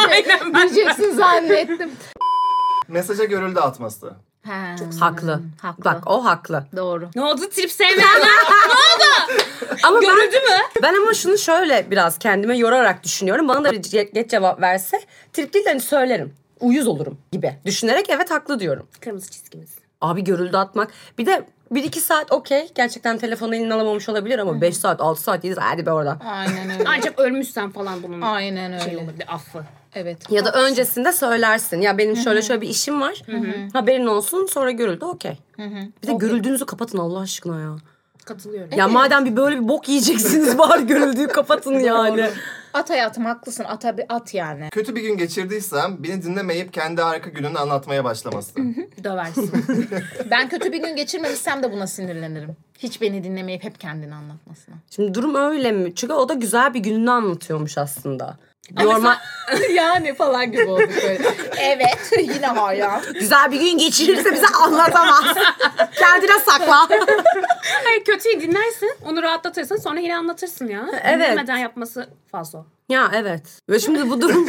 diyeceksin zannettim.
Mesaja görüldü atması.
Ha.
Haklı.
Haklı.
Bak o haklı.
Doğru.
Ne oldu? Trip sevmeyenler
Ama ben,
görüldü mü?
ben ama şunu şöyle biraz kendime yorarak düşünüyorum. Bana da bir ce- net cevap verse trip değil de hani söylerim. Uyuz olurum gibi. Düşünerek evet haklı diyorum.
Kırmızı çizgimiz.
Abi görüldü atmak. Bir de 1-2 saat okey. Gerçekten telefonu eline alamamış olabilir ama 5 saat, 6 saat, 7 saat hadi be oradan.
Aynen öyle.
Ancak ölmüşsen falan bunun
Aynen
şey
öyle.
olabilir affı.
Evet.
Ya da öncesinde söylersin. Ya benim şöyle şöyle bir işim var. Haberin olsun sonra görüldü okey. Bir de görüldüğünüzü kapatın Allah aşkına ya.
Katılıyorum.
Ya madem bir böyle bir bok yiyeceksiniz bari görüldüğü kapatın yani.
At hayatım haklısın. Ata bir at yani.
Kötü bir gün geçirdiysem beni dinlemeyip kendi arka gününü anlatmaya başlaması.
Döversin.
Ben kötü bir gün geçirmemişsem de buna sinirlenirim. Hiç beni dinlemeyip hep kendini anlatmasına.
Şimdi durum öyle mi? Çünkü o da güzel bir gününü anlatıyormuş aslında. Normal
yani falan gibi oldu böyle. evet yine hala.
güzel bir gün geçirirse bize anlatamaz. Kendine sakla.
Hayır kötüyü dinlersin. Onu rahatlatırsan sonra yine anlatırsın ya.
Evet.
Dinlemeden yapması fazla.
ya evet. Ve şimdi bu durum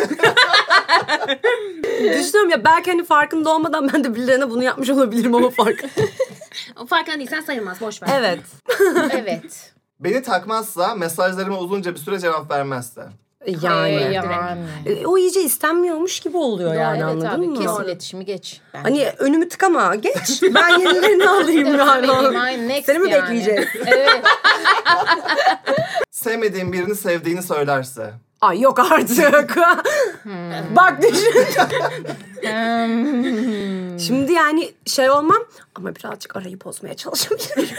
Düşünüyorum ya belki hani farkında olmadan ben de birilerine bunu yapmış olabilirim ama fark.
Farkında değilsen sayılmaz. Boş ver.
Evet.
Evet.
Beni takmazsa mesajlarıma uzunca bir süre cevap vermezse.
E, Yani.
Ee, yani.
E, O iyice istenmiyormuş gibi oluyor yani
evet
anladın
abi
mı?
kes iletişimi geç. Ben.
Hani önümü tıkama geç. Ben yenilerini alayım yani.
Mine next
Seni mi
yani.
bekleyeceğiz?
Evet.
Sevmediğim birini sevdiğini söylerse.
Ay yok artık. Bak düşün. Şimdi yani şey olmam ama birazcık arayı bozmaya çalışabilirim.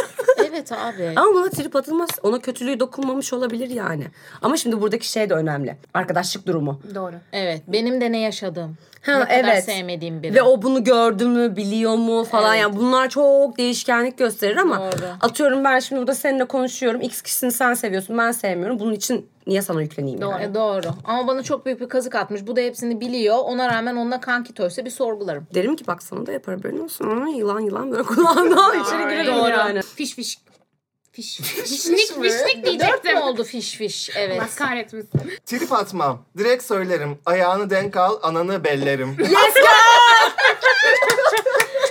evet abi.
ama buna trip atılmaz. Ona kötülüğü dokunmamış olabilir yani. Ama şimdi buradaki şey de önemli. Arkadaşlık durumu.
Doğru.
Evet. Benim de ne yaşadığım.
Ha,
ne kadar
evet.
sevmediğim biri.
Ve o bunu gördü mü, biliyor mu falan. Yani bunlar çok değişkenlik gösterir ama
Doğru.
atıyorum ben şimdi burada seninle konuşuyorum. X kişisini sen seviyorsun, ben sevmiyorum. Bunun için niye sana yükleneyim yani?
E, doğru. Ama bana çok büyük bir kazık atmış. Bu da hepsini biliyor. Ona rağmen onunla kanki toysa bir sorgularım.
Derim ki bak sana da yapar haberin olsun. Ama yılan yılan böyle kulağından içeri girer
Doğru.
yani.
Fiş fiş. Fiş. Fişnik fişnik
Dört
diyecektim.
mü oldu fiş fiş? Evet.
Allah kahretmesin.
Trip atmam. Direkt söylerim. Ayağını denk al, ananı bellerim.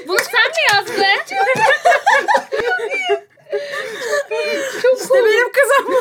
Bunu sen mi yazdın?
İşte benim kızım.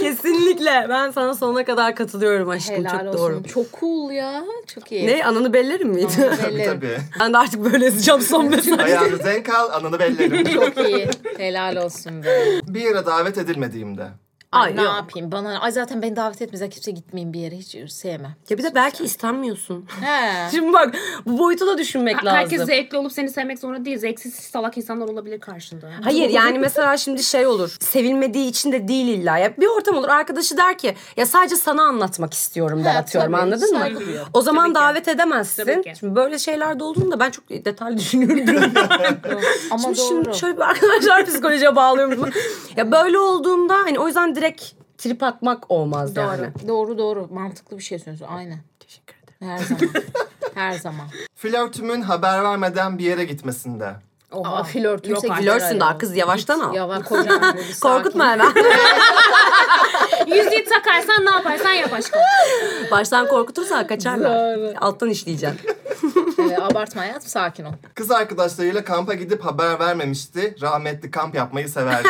Kesinlikle. Ben sana sonuna kadar katılıyorum aşkım.
Helal
Çok
olsun.
doğru.
Çok cool ya. Çok iyi.
Ne? Ananı bellerim miydi?
tabii
Bellerim.
tabii.
ben de artık böyle yazacağım son mesaj.
Ayağını denk al, ananı bellerim.
Çok iyi. Helal olsun be.
bir yere davet edilmediğimde.
Ay,
Ay,
ne
yok.
yapayım bana ay zaten beni davet etmezler kimse gitmeyin bir yere hiç sevmem.
Ya bir de belki istenmiyorsun.
He.
Şimdi bak bu boyutu da düşünmek
Ha-
lazım.
Herkes zevkli olup seni sevmek zorunda değil. Zevksiz salak insanlar olabilir karşında.
Hayır yani mesela şimdi şey olur. Sevilmediği için de değil illa. Ya bir ortam olur. Arkadaşı der ki ya sadece sana anlatmak istiyorum der
Ha,
atıyorum
tabii,
anladın mı?
saygı duyuyorum.
O zaman davet edemezsin.
Tabii ki.
Şimdi böyle şeylerde olduğunda ben çok detaylı düşünüyorum.
Ama
şimdi,
doğru.
şimdi şöyle bir arkadaşlar psikolojiye bağlıyorum. ya böyle olduğunda hani o yüzden direkt trip atmak olmaz
doğru.
yani.
Doğru doğru. Mantıklı bir şey söylüyorsun. Aynen.
Teşekkür ederim.
Her zaman. Her zaman.
Flörtümün haber vermeden bir yere gitmesinde.
Oha.
Aa, flört.
Yok
Yüksek
artık.
Flörtsün daha kız yavaştan al.
Ya bak kocaman. bir
Korkutma
sakin.
hemen.
Yüzüğü takarsan ne yaparsan yap aşkım.
Baştan korkutursan kaçarlar. Alttan işleyeceksin.
Ee, abartma hayatım sakin ol.
Kız arkadaşlarıyla kampa gidip haber vermemişti. Rahmetli kamp yapmayı severdi.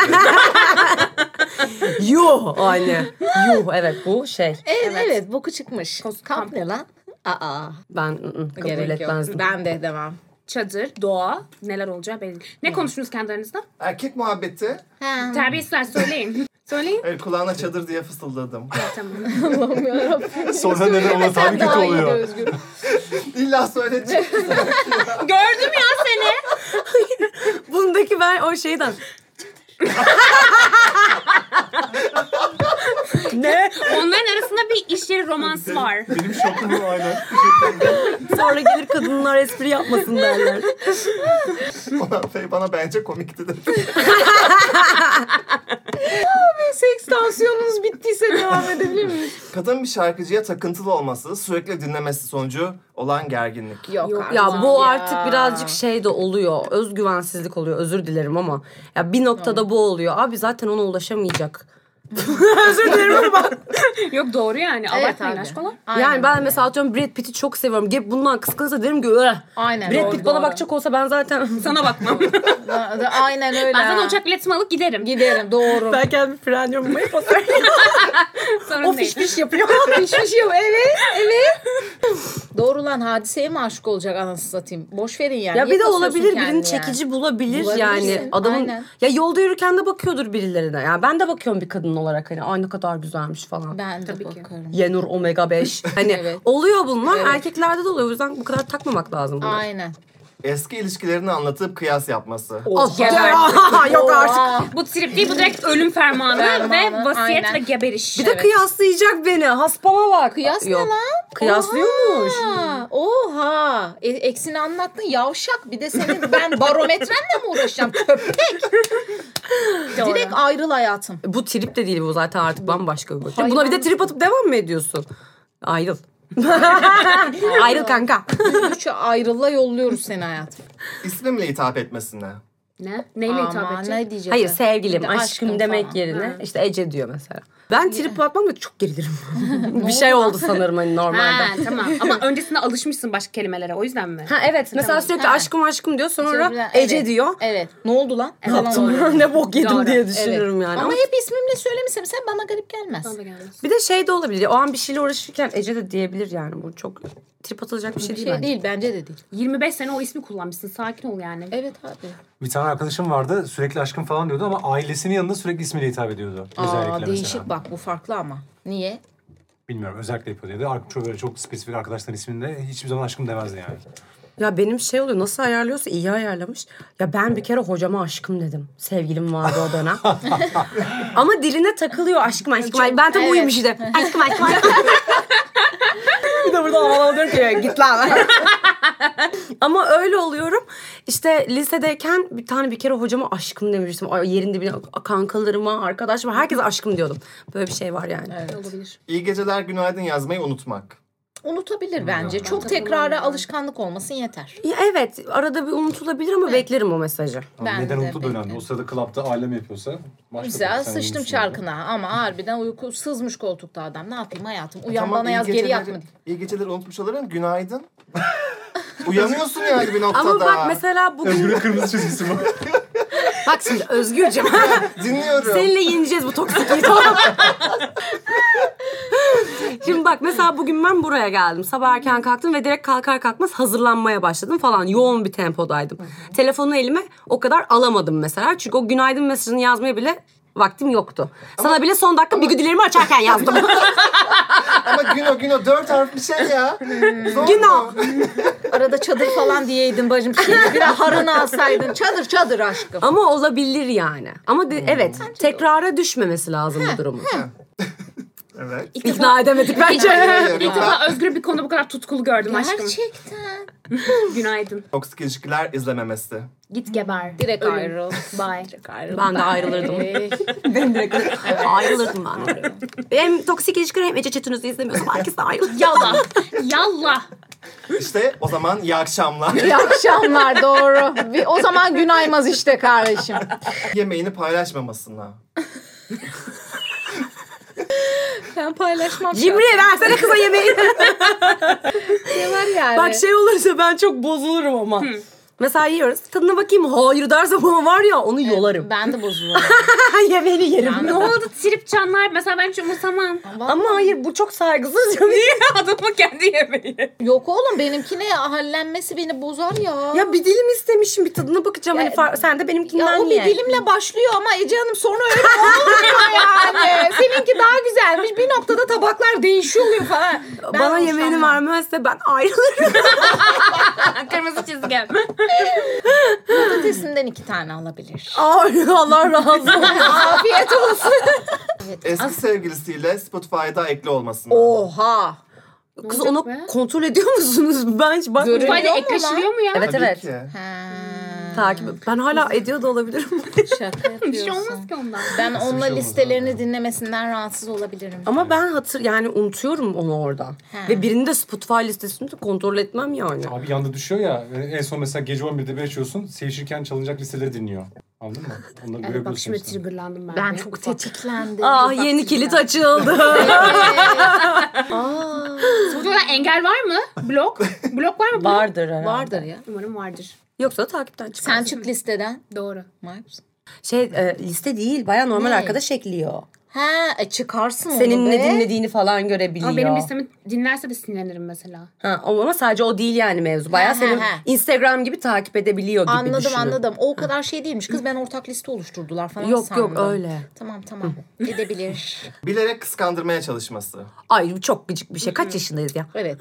Yuh anne. Yuh evet bu şey.
Evet evet, boku çıkmış.
Kos-
Kamp ne lan? Aa.
Ben ı-ı, kabul
Gerek yok.
etmezdim.
Ben de devam.
Çadır, doğa, neler olacağı belli. değil. Ne konuştunuz kendi aranızda?
Erkek muhabbeti.
Ha.
Terbiyesizler söyleyin. söyleyin.
Evet, kulağına çadır diye fısıldadım.
Tamam.
Sonra neden ona tam kötü oluyor.
İlla söyleyecek.
Gördüm ya seni.
Bundaki ben o şeyden. ne?
Onların arasında bir iş yeri romansı var.
Benim şokum o aynen.
Sonra gelir kadınlar espri yapmasın derler.
Ona, şey bana bence komikti dedi.
Seks tansiyonunuz bittiyse devam edebilir miyiz?
Kadın bir şarkıcıya takıntılı olması, sürekli dinlemesi sonucu olan gerginlik.
Yok, artık.
Ya bu artık birazcık şey de oluyor. Özgüvensizlik oluyor. Özür dilerim ama. Ya bir noktada bu oluyor. Abi zaten ona ulaşamayacak. Özür dilerim ama bak.
Yok doğru yani.
Evet
Abartmayın
abi.
aşk olan.
Aynen
yani ben
öyle.
mesela atıyorum Brad Pitt'i çok seviyorum. Gelip bundan kıskanırsa derim ki "Öh,
Aynen.
Brad
doğru,
Pitt bana
doğru.
bakacak olsa ben zaten
Sana bakmam.
Da- da- Aynen öyle.
ben sana
ha.
uçak biletimi alıp giderim.
Giderim doğru.
Ben kendimi frenliyorum. Mayıp atarım.
Sorun
o
değil.
fiş fiş yapıyor.
Pişmişim evet evet. doğru lan hadiseye mi aşık olacak anasını satayım? Boş verin yani.
ya
Niye
bir de
kasıyorsun
olabilir
kendini
birini
yani?
çekici bulabilir
Bulabilirsin,
yani. Adamın
aynen.
ya yolda yürürken de bakıyordur birilerine. Ya ben de bakıyorum bir kadın olarak hani ay ne kadar güzelmiş falan.
Ben de
Tabii ki.
bakarım.
Yenur omega 5. Hani
Evet.
oluyor bunlar. Erkeklerde de oluyor. O yüzden bu kadar takmamak lazım bunları.
Aynen.
Eski ilişkilerini anlatıp kıyas yapması.
Of,
Geber.
ya, Yok artık.
Aa,
Bu trip değil bu direkt ölüm fermanı ve
Fermanı,
vasiyet
aynen.
ve geberiş.
Bir de kıyaslayacak beni. Haspama bak.
Kıyas ne
Yok.
lan?
Kıyaslıyormuş.
Oha. Oha. E, eksini anlattın yavşak. Bir de senin ben barometrenle mi uğraşacağım köpek?
Doğru.
Direkt ayrıl hayatım.
Bu trip de değil bu zaten artık bambaşka bir boyut. Buna bir de trip atıp devam mı ediyorsun? Ayrıl. Ayrıl kanka.
Üçü ayrıla yolluyoruz seni hayatım.
İsmimle hitap etmesine.
Ne? Neyle hitap
Aman,
edecek?
ne diyeceğim?
Hayır sevgilim,
Bir de
aşkım,
aşkım
demek
falan.
yerine işte Ece diyor mesela. Ben trip atmam da çok gerilirim. bir şey oldu sanırım hani normalde.
Ha
Ha.
tamam ama öncesinde alışmışsın başka kelimelere o yüzden mi?
evet mesela sürekli
Ha.
aşkım aşkım diyor sonra
Sonra,
Ece
evet.
diyor.
Evet. Ne oldu lan?
Evet.
Falan
Yaptım.
oluyor.
ne bok yedim
Doğru,
diye düşünürüm yani.
Ama hep ismimle söylemişsem sen bana garip gelmez.
Bana da gelmez.
Bir de şey de olabilir. O an bir şeyle uğraşırken Ece de diyebilir yani. Bu çok trip atılacak bir şey
Bir
değil.
şey
bence.
değil bence de değil.
25 sene o ismi kullanmışsın sakin ol yani.
Evet abi.
Bir tane arkadaşım vardı sürekli aşkım falan diyordu ama ailesinin yanında sürekli ismiyle hitap ediyordu. özellikle
Aa,
mesela.
değişik bak bu farklı ama. Niye?
Bilmiyorum özellikle yapıyordu ya da ar- çok, böyle çok spesifik arkadaşların isminde hiçbir zaman aşkım demezdi yani.
Ya benim şey oluyor nasıl ayarlıyorsa iyi ayarlamış. Ya ben bir kere hocama aşkım dedim. Sevgilim vardı o dönem. Ama diline takılıyor aşkım aşkım. Ay, ben tam
evet.
uyumuş işte. Aşkım aşkım aşkım. bir de burada havalı diyor ki git lan. Ama öyle oluyorum. İşte lisedeyken bir tane bir kere hocama aşkım demiştim. Ay, yerinde bir kankalarıma, arkadaşıma herkese aşkım diyordum. Böyle bir şey var yani.
Olabilir.
İyi geceler günaydın yazmayı unutmak.
Unutabilir bence. Çok tekrara alışkanlık olmasın yeter.
Ya evet arada bir unutulabilir ama beklerim o mesajı.
Ama
Ben
neden
de
unuttu da
beklerim.
önemli. O sırada klapta alem yapıyorsa başka
Güzel
bir- sen
sıçtım
unutsun.
çarkına ama harbiden uyku sızmış koltukta adam. Ne yapayım hayatım? Uyan
E Tamam,
bana
iyi
yaz geri
geceleri-
yatma.
İyi geceler unutmuş olurum. Günaydın. Uyanıyorsun yani bir noktada.
Ama bak mesela bugün...
Özgür'ün kırmızı çizgisi bu.
bak şimdi Özgür'cüm.
Dinliyorum.
Seninle yeneceğiz bu toksikliği tamam Şimdi bak mesela bugün ben buraya geldim. Sabah erken kalktım ve direkt kalkar kalkmaz hazırlanmaya başladım falan. Yoğun bir tempodaydım. Telefonu elime o kadar alamadım mesela. Çünkü o günaydın mesajını yazmaya bile Vaktim yoktu. Sana bile son dakika bigüdilerimi açarken yazdım.
Ama Güno Güno dört harf bir şey ya. Zor
Hmm. Güno.
mu?
Arada çadır falan diyeydin bacım. Şimdi biraz harını alsaydın. Çadır çadır aşkım.
Ama olabilir yani. Ama de- evet tekrara düşmemesi lazım bu durumun.
Evet.
İkna edemedik bence.
Bir defa özgür bir konuda bu kadar tutkulu gördüm aşkım.
şey- Gerçekten.
Günaydın.
Toksik ilişkiler izlememesi.
Git geber.
Direkt
Ölüm.
ayrıl.
Bye.
ben de ayrılırdım. ben direkt ayrılırdım ben. de. Hem toksik ilişkiler hem Ece Çetin'i izlemiyorsam herkes de ayrılır.
Yallah. Yallah.
İşte o zaman iyi akşamlar.
İyi akşamlar doğru. Bir- O zaman gün aymaz işte kardeşim.
Yemeğini paylaşmamasına.
Ben paylaşmam.
Cimriye versene kıza yemeği.
var yani.
Bak şey olursa ben çok bozulurum ama. Mesela yiyoruz. Tadına bakayım. Hayır derse bana var ya onu yolarım.
ben de bozulurum.
Yemeğini yerim.
ne oldu trip canlar? Mesela ben hiç umursamam.
Ama hayır bu çok saygısız.
Niye adamı kendi yemeği?
Yok oğlum benimkine hallenmesi beni bozar ya.
ya bir dilim istemişim bir tadına bakacağım. hani far- sen de benimkinden
Ya o
ye.
bir dilimle başlıyor ama Ece Hanım sonra öyle olmuyor yani. Seninki daha güzelmiş. Bir noktada tabaklar değişiyor oluyor falan. Ben
Bana yemeğini
hoşlanmam.
vermezse ben ayrılırım.
Kırmızı çizgi.
Patatesinden iki tane alabilir.
Ay, Allah razı olsun.
Afiyet olsun.
Eski sevgilisiyle Spotify'da ekli olmasına.
Oha.
Kız
olacak
onu
be?
kontrol ediyor musunuz? Ben hiç bakmıyorum.
Görüyorum.
Böyle
Görüyor mu
ekleşiliyor mu ya?
Evet
Tabii
evet.
ki.
Takip. Ben hala ediyor da olabilirim.
Şaka
Bir şey olmaz ki ondan.
Ben onunla
şey olmaz
listelerini dinlemesinden rahatsız olabilirim.
Ama ben hatır yani unutuyorum onu orada.
He.
Ve birini de Spotify listesini de kontrol etmem yani.
Abi yanda düşüyor ya. e, En son mesela gece 11'de bir açıyorsun. Sevişirken çalınacak listeleri dinliyor. Anladın mı? Onları
Bak
görebiliyorsun.
şimdi
işte.
triggerlandım ben.
Ben
de.
çok tetiklendim.
Ah
Bak
yeni
güzel.
kilit açıldı.
Aa,
Burada engel var mı? Blok? Blok var mı?
Vardır herhalde.
vardır ya.
Umarım vardır.
Yoksa da takipten çıkar.
Sen çık listeden.
Doğru.
Miles.
Şey e, liste değil baya normal
Ne?
arkadaş ekliyor.
Ha e, çıkarsın
Senin
onu
ne
be.
dinlediğini falan görebiliyor.
Ama benim listemi dinlerse de sinirlenirim mesela.
Ha, ama sadece o değil yani mevzu. Baya
Ha, ha,
senin
ha.
Instagram gibi takip edebiliyor gibi
Anladım
düşünün.
anladım. O kadar şey değilmiş. Kız ben ortak liste oluşturdular falan
Yok, yok,
sandım.
öyle.
Tamam tamam. Edebilir.
Bilerek kıskandırmaya çalışması.
Ay bu çok gıcık bir şey. Kaç yaşındayız ya?
Evet.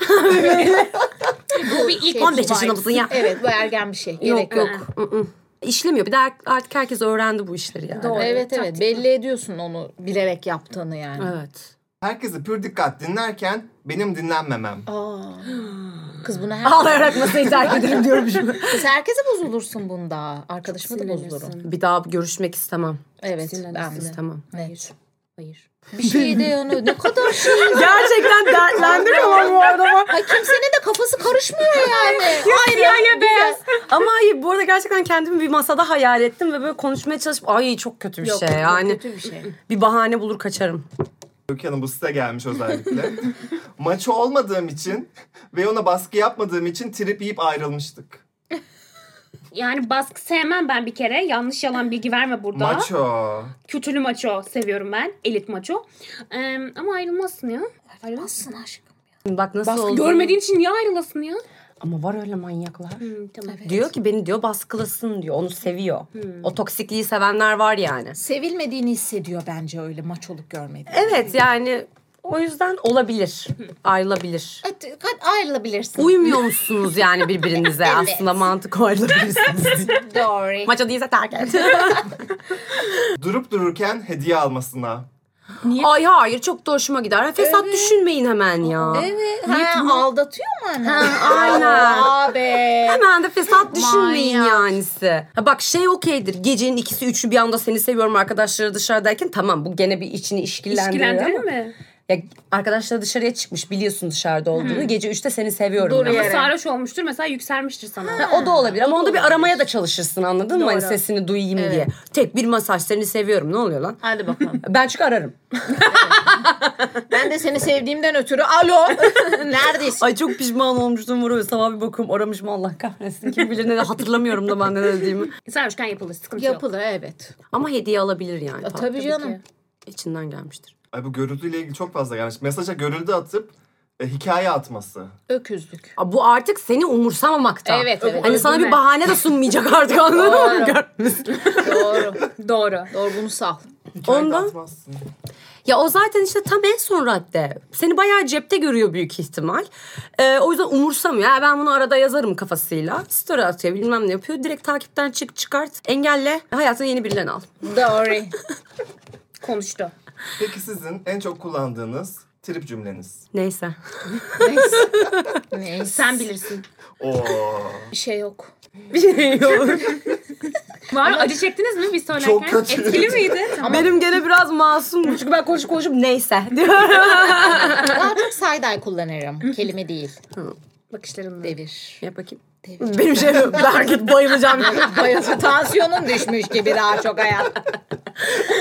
Şey,
Bu bir ilk
15 yaşında mısın ya?
evet bu ergen bir şey. Gerek
Yok yok. Mm, mm. İşlemiyor. Bir de er- artık herkes öğrendi bu işleri yani.
Doğru. Evet evet. Belli ediyorsun onu bilerek yaptığını yani.
Evet.
Herkesi pür dikkat dinlerken benim dinlenmemem.
Aa. Kız buna her...
Ağlayarak masayı terk ederim diyorum şimdi.
Kız herkese bozulursun bunda. Arkadaşıma da bozulurum.
Bir daha görüşmek istemem.
Evet ben de.
İstemem.
Net.
Hayır.
Bir şey de yani ne kadar şey.
Gerçekten dertlendiriyorlar bu arada.
Ay kimsenin de kafası karışmıyor yani.
Siyah ya beyaz. Ama hayır bu arada gerçekten kendimi bir masada hayal ettim ve böyle konuşmaya çalışıp ay çok kötü bir şey yani.
Kötü bir şey.
Bir bahane bulur kaçarım.
Öykü Hanım bu size gelmiş özellikle. Maçı olmadığım için ve ona baskı yapmadığım için trip yiyip ayrılmıştık.
Yani baskı sevmem ben bir kere. Yanlış yalan bilgi verme burada.
Maço.
Kötülü maço seviyorum ben. Elit maço. Ee, ama ayrılmazsın ya.
Ayrılmazsın aşkım.
Bak nasıl
Baskı
oldu.
görmediğin için niye ayrılasın ya?
Ama var öyle manyaklar.
Hı, tamam.
Diyor ki beni diyor baskılasın diyor. Onu seviyor. O toksikliği sevenler var yani.
Sevilmediğini hissediyor bence öyle maç olup görmediğini.
Evet yani o yüzden olabilir. Ayrılabilir.
Evet. Ayrılabilirsin.
Uymuyor musunuz yani birbirinize? Aslında mantık ayrılabilirsiniz.
Doğru.
Maça değilse terk et.
Durup dururken hediye almasına.
Ay hayır çok da hoşuma gider. Fesat düşünmeyin hemen ya.
Evet. Ha, aldatıyor mu anne?
aynen.
Abi.
Hemen de fesat düşünmeyin
Manyak.
yanisi. Ha bak şey okeydir. Gecenin ikisi üçü bir anda seni seviyorum arkadaşları dışarıdayken tamam bu gene bir içini işkillendiriyor.
İlişkilendirir
ama-
mi?
Ya arkadaşları dışarıya çıkmış biliyorsun dışarıda olduğunu. Gece üçte seni seviyorum.
Dur
ama.
Ama
Evet.
sarhoş olmuştur mesela yükselmiştir sana.
Ha, o da olabilir ama onda bir aramaya da çalışırsın anladın mı? Hani
Doğru.
sesini duyayım diye. Tek bir masaj seni seviyorum ne oluyor lan?
Hadi bakalım.
Ben çünkü ararım.
Ben de seni sevdiğimden ötürü alo. Neredesin?
Ay çok pişman olmuştum Vuruyor. Sabah bir bakıyorum aramışım Allah kahretsin. Kim bilir ne de hatırlamıyorum da ben ne dediğimi.
Sarhoşken yapılır sıkıntı yok.
Yapılır evet.
Ama hediye alabilir yani.
Ya, E, tabii canım.
İçinden gelmiştir.
Ay bu görüldüyle ilgili çok fazla gelmiş. Mesaja görüldü atıp e, hikaye atması.
Öküzlük.
Aa, Bu artık seni umursamamakta.
Evet, evet.
Hani sana bir bahane de sunmayacak artık anladın mı?
Doğru. Doğru.
Doğru.
Doğru bunu sal.
Hikayede
Ondan-
atmazsın.
Ya o zaten işte tam en son radde. Seni bayağı cepte görüyor büyük ihtimal. Ee, o yüzden umursamıyor. Ha, ben bunu arada yazarım kafasıyla. Story atıyor bilmem ne yapıyor. Direkt takipten çık çıkart. Engelle. Hayatına yeni birilerini al.
Doğru.
Konuştu.
Peki sizin en çok kullandığınız trip cümleniz?
Neyse.
Neyse.
Sen bilirsin.
Oo.
Bir şey yok.
Bir şey yok.
Var mı? acı çektiniz mi biz söylerken?
Çok kötü.
Etkili miydi?
Benim gene biraz masum. Çünkü ben konuşup konuşup neyse.
Daha çok sayday kullanırım. Kelime değil.
Bakışlarımla.
Devir.
Yap bakayım. Benim şey yok. Ben git bayılacağım.
Bayıldı. Tansiyonun düşmüş gibi daha çok hayat.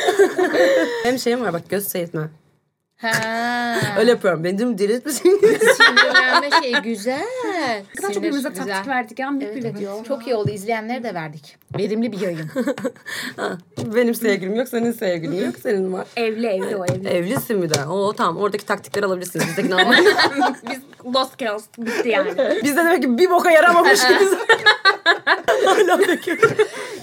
Benim şeyim var bak göz seyretme.
Ha.
Öyle yapıyorum. Beni dün delirtmesin.
Sinirlenme şey güzel.
Ne kadar çok
Sinir
birbirimize
güzel.
taktik verdik ya. Evet, ediyor.
Çok iyi oldu. izleyenlere de verdik. Verimli bir yayın.
Benim sevgilim yok. Senin sevgilin yok. Senin var.
Evli evli o evli.
Evlisin bir de. Oo tamam oradaki taktikleri alabilirsiniz. Bizdekini almayın.
Biz Lost Girls bitti yani.
Bizde demek ki bir boka yaramamış gibi.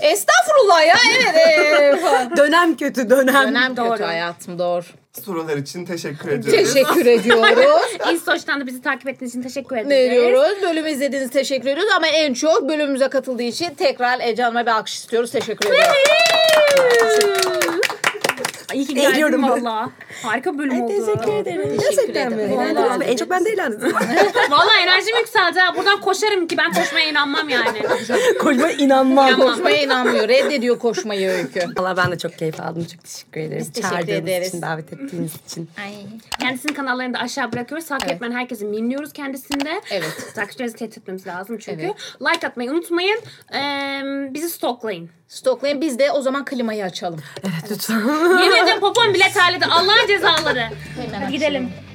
Estağfurullah ya. Evet. ee, falan.
dönem kötü dönem.
Önem
Doğru.
kötü hayatım doğru.
Sorular için teşekkür ediyoruz.
Teşekkür ediyoruz.
İnstoç'tan da bizi takip ettiğiniz için teşekkür ederiz.
Ne diyoruz? Bölümü izlediğiniz teşekkür ediyoruz ama en çok bölümümüze katıldığı için tekrar Ece Hanım'a bir alkış istiyoruz. Teşekkür ediyoruz.
Ay, İyi ki geldin
Eğiliyorum ben.
valla. Harika bir bölüm oldu.
Teşekkür ederim.
Gerçekten mi?
Eğlendiniz mi? En çok ben de eğlendim.
Valla enerjim yükseldi ha. Buradan koşarım ki ben koşmaya inanmam yani.
Koşma inanmam.
İnanmam.
Koşmaya inanmıyor. Reddediyor koşmayı öykü.
Valla ben de çok keyif aldım. Çok teşekkür ederim.
Biz teşekkür
Çağırdığınız
ederiz.
için, davet ettiğiniz için.
Ay.
Kendisinin kanallarını da aşağı bırakıyoruz. Takip
Evet.
etmeyen herkesi minliyoruz kendisinde.
Evet.
Takipçilerinizi tehdit etmemiz lazım çünkü. Like atmayı unutmayın. Ee, bizi stalklayın.
Stoklayın biz de o zaman klimayı açalım.
Evet lütfen.
Yemin ediyorum popom bile terledi. Allah'ın cezaları.
Hemen
Hadi gidelim.
açalım.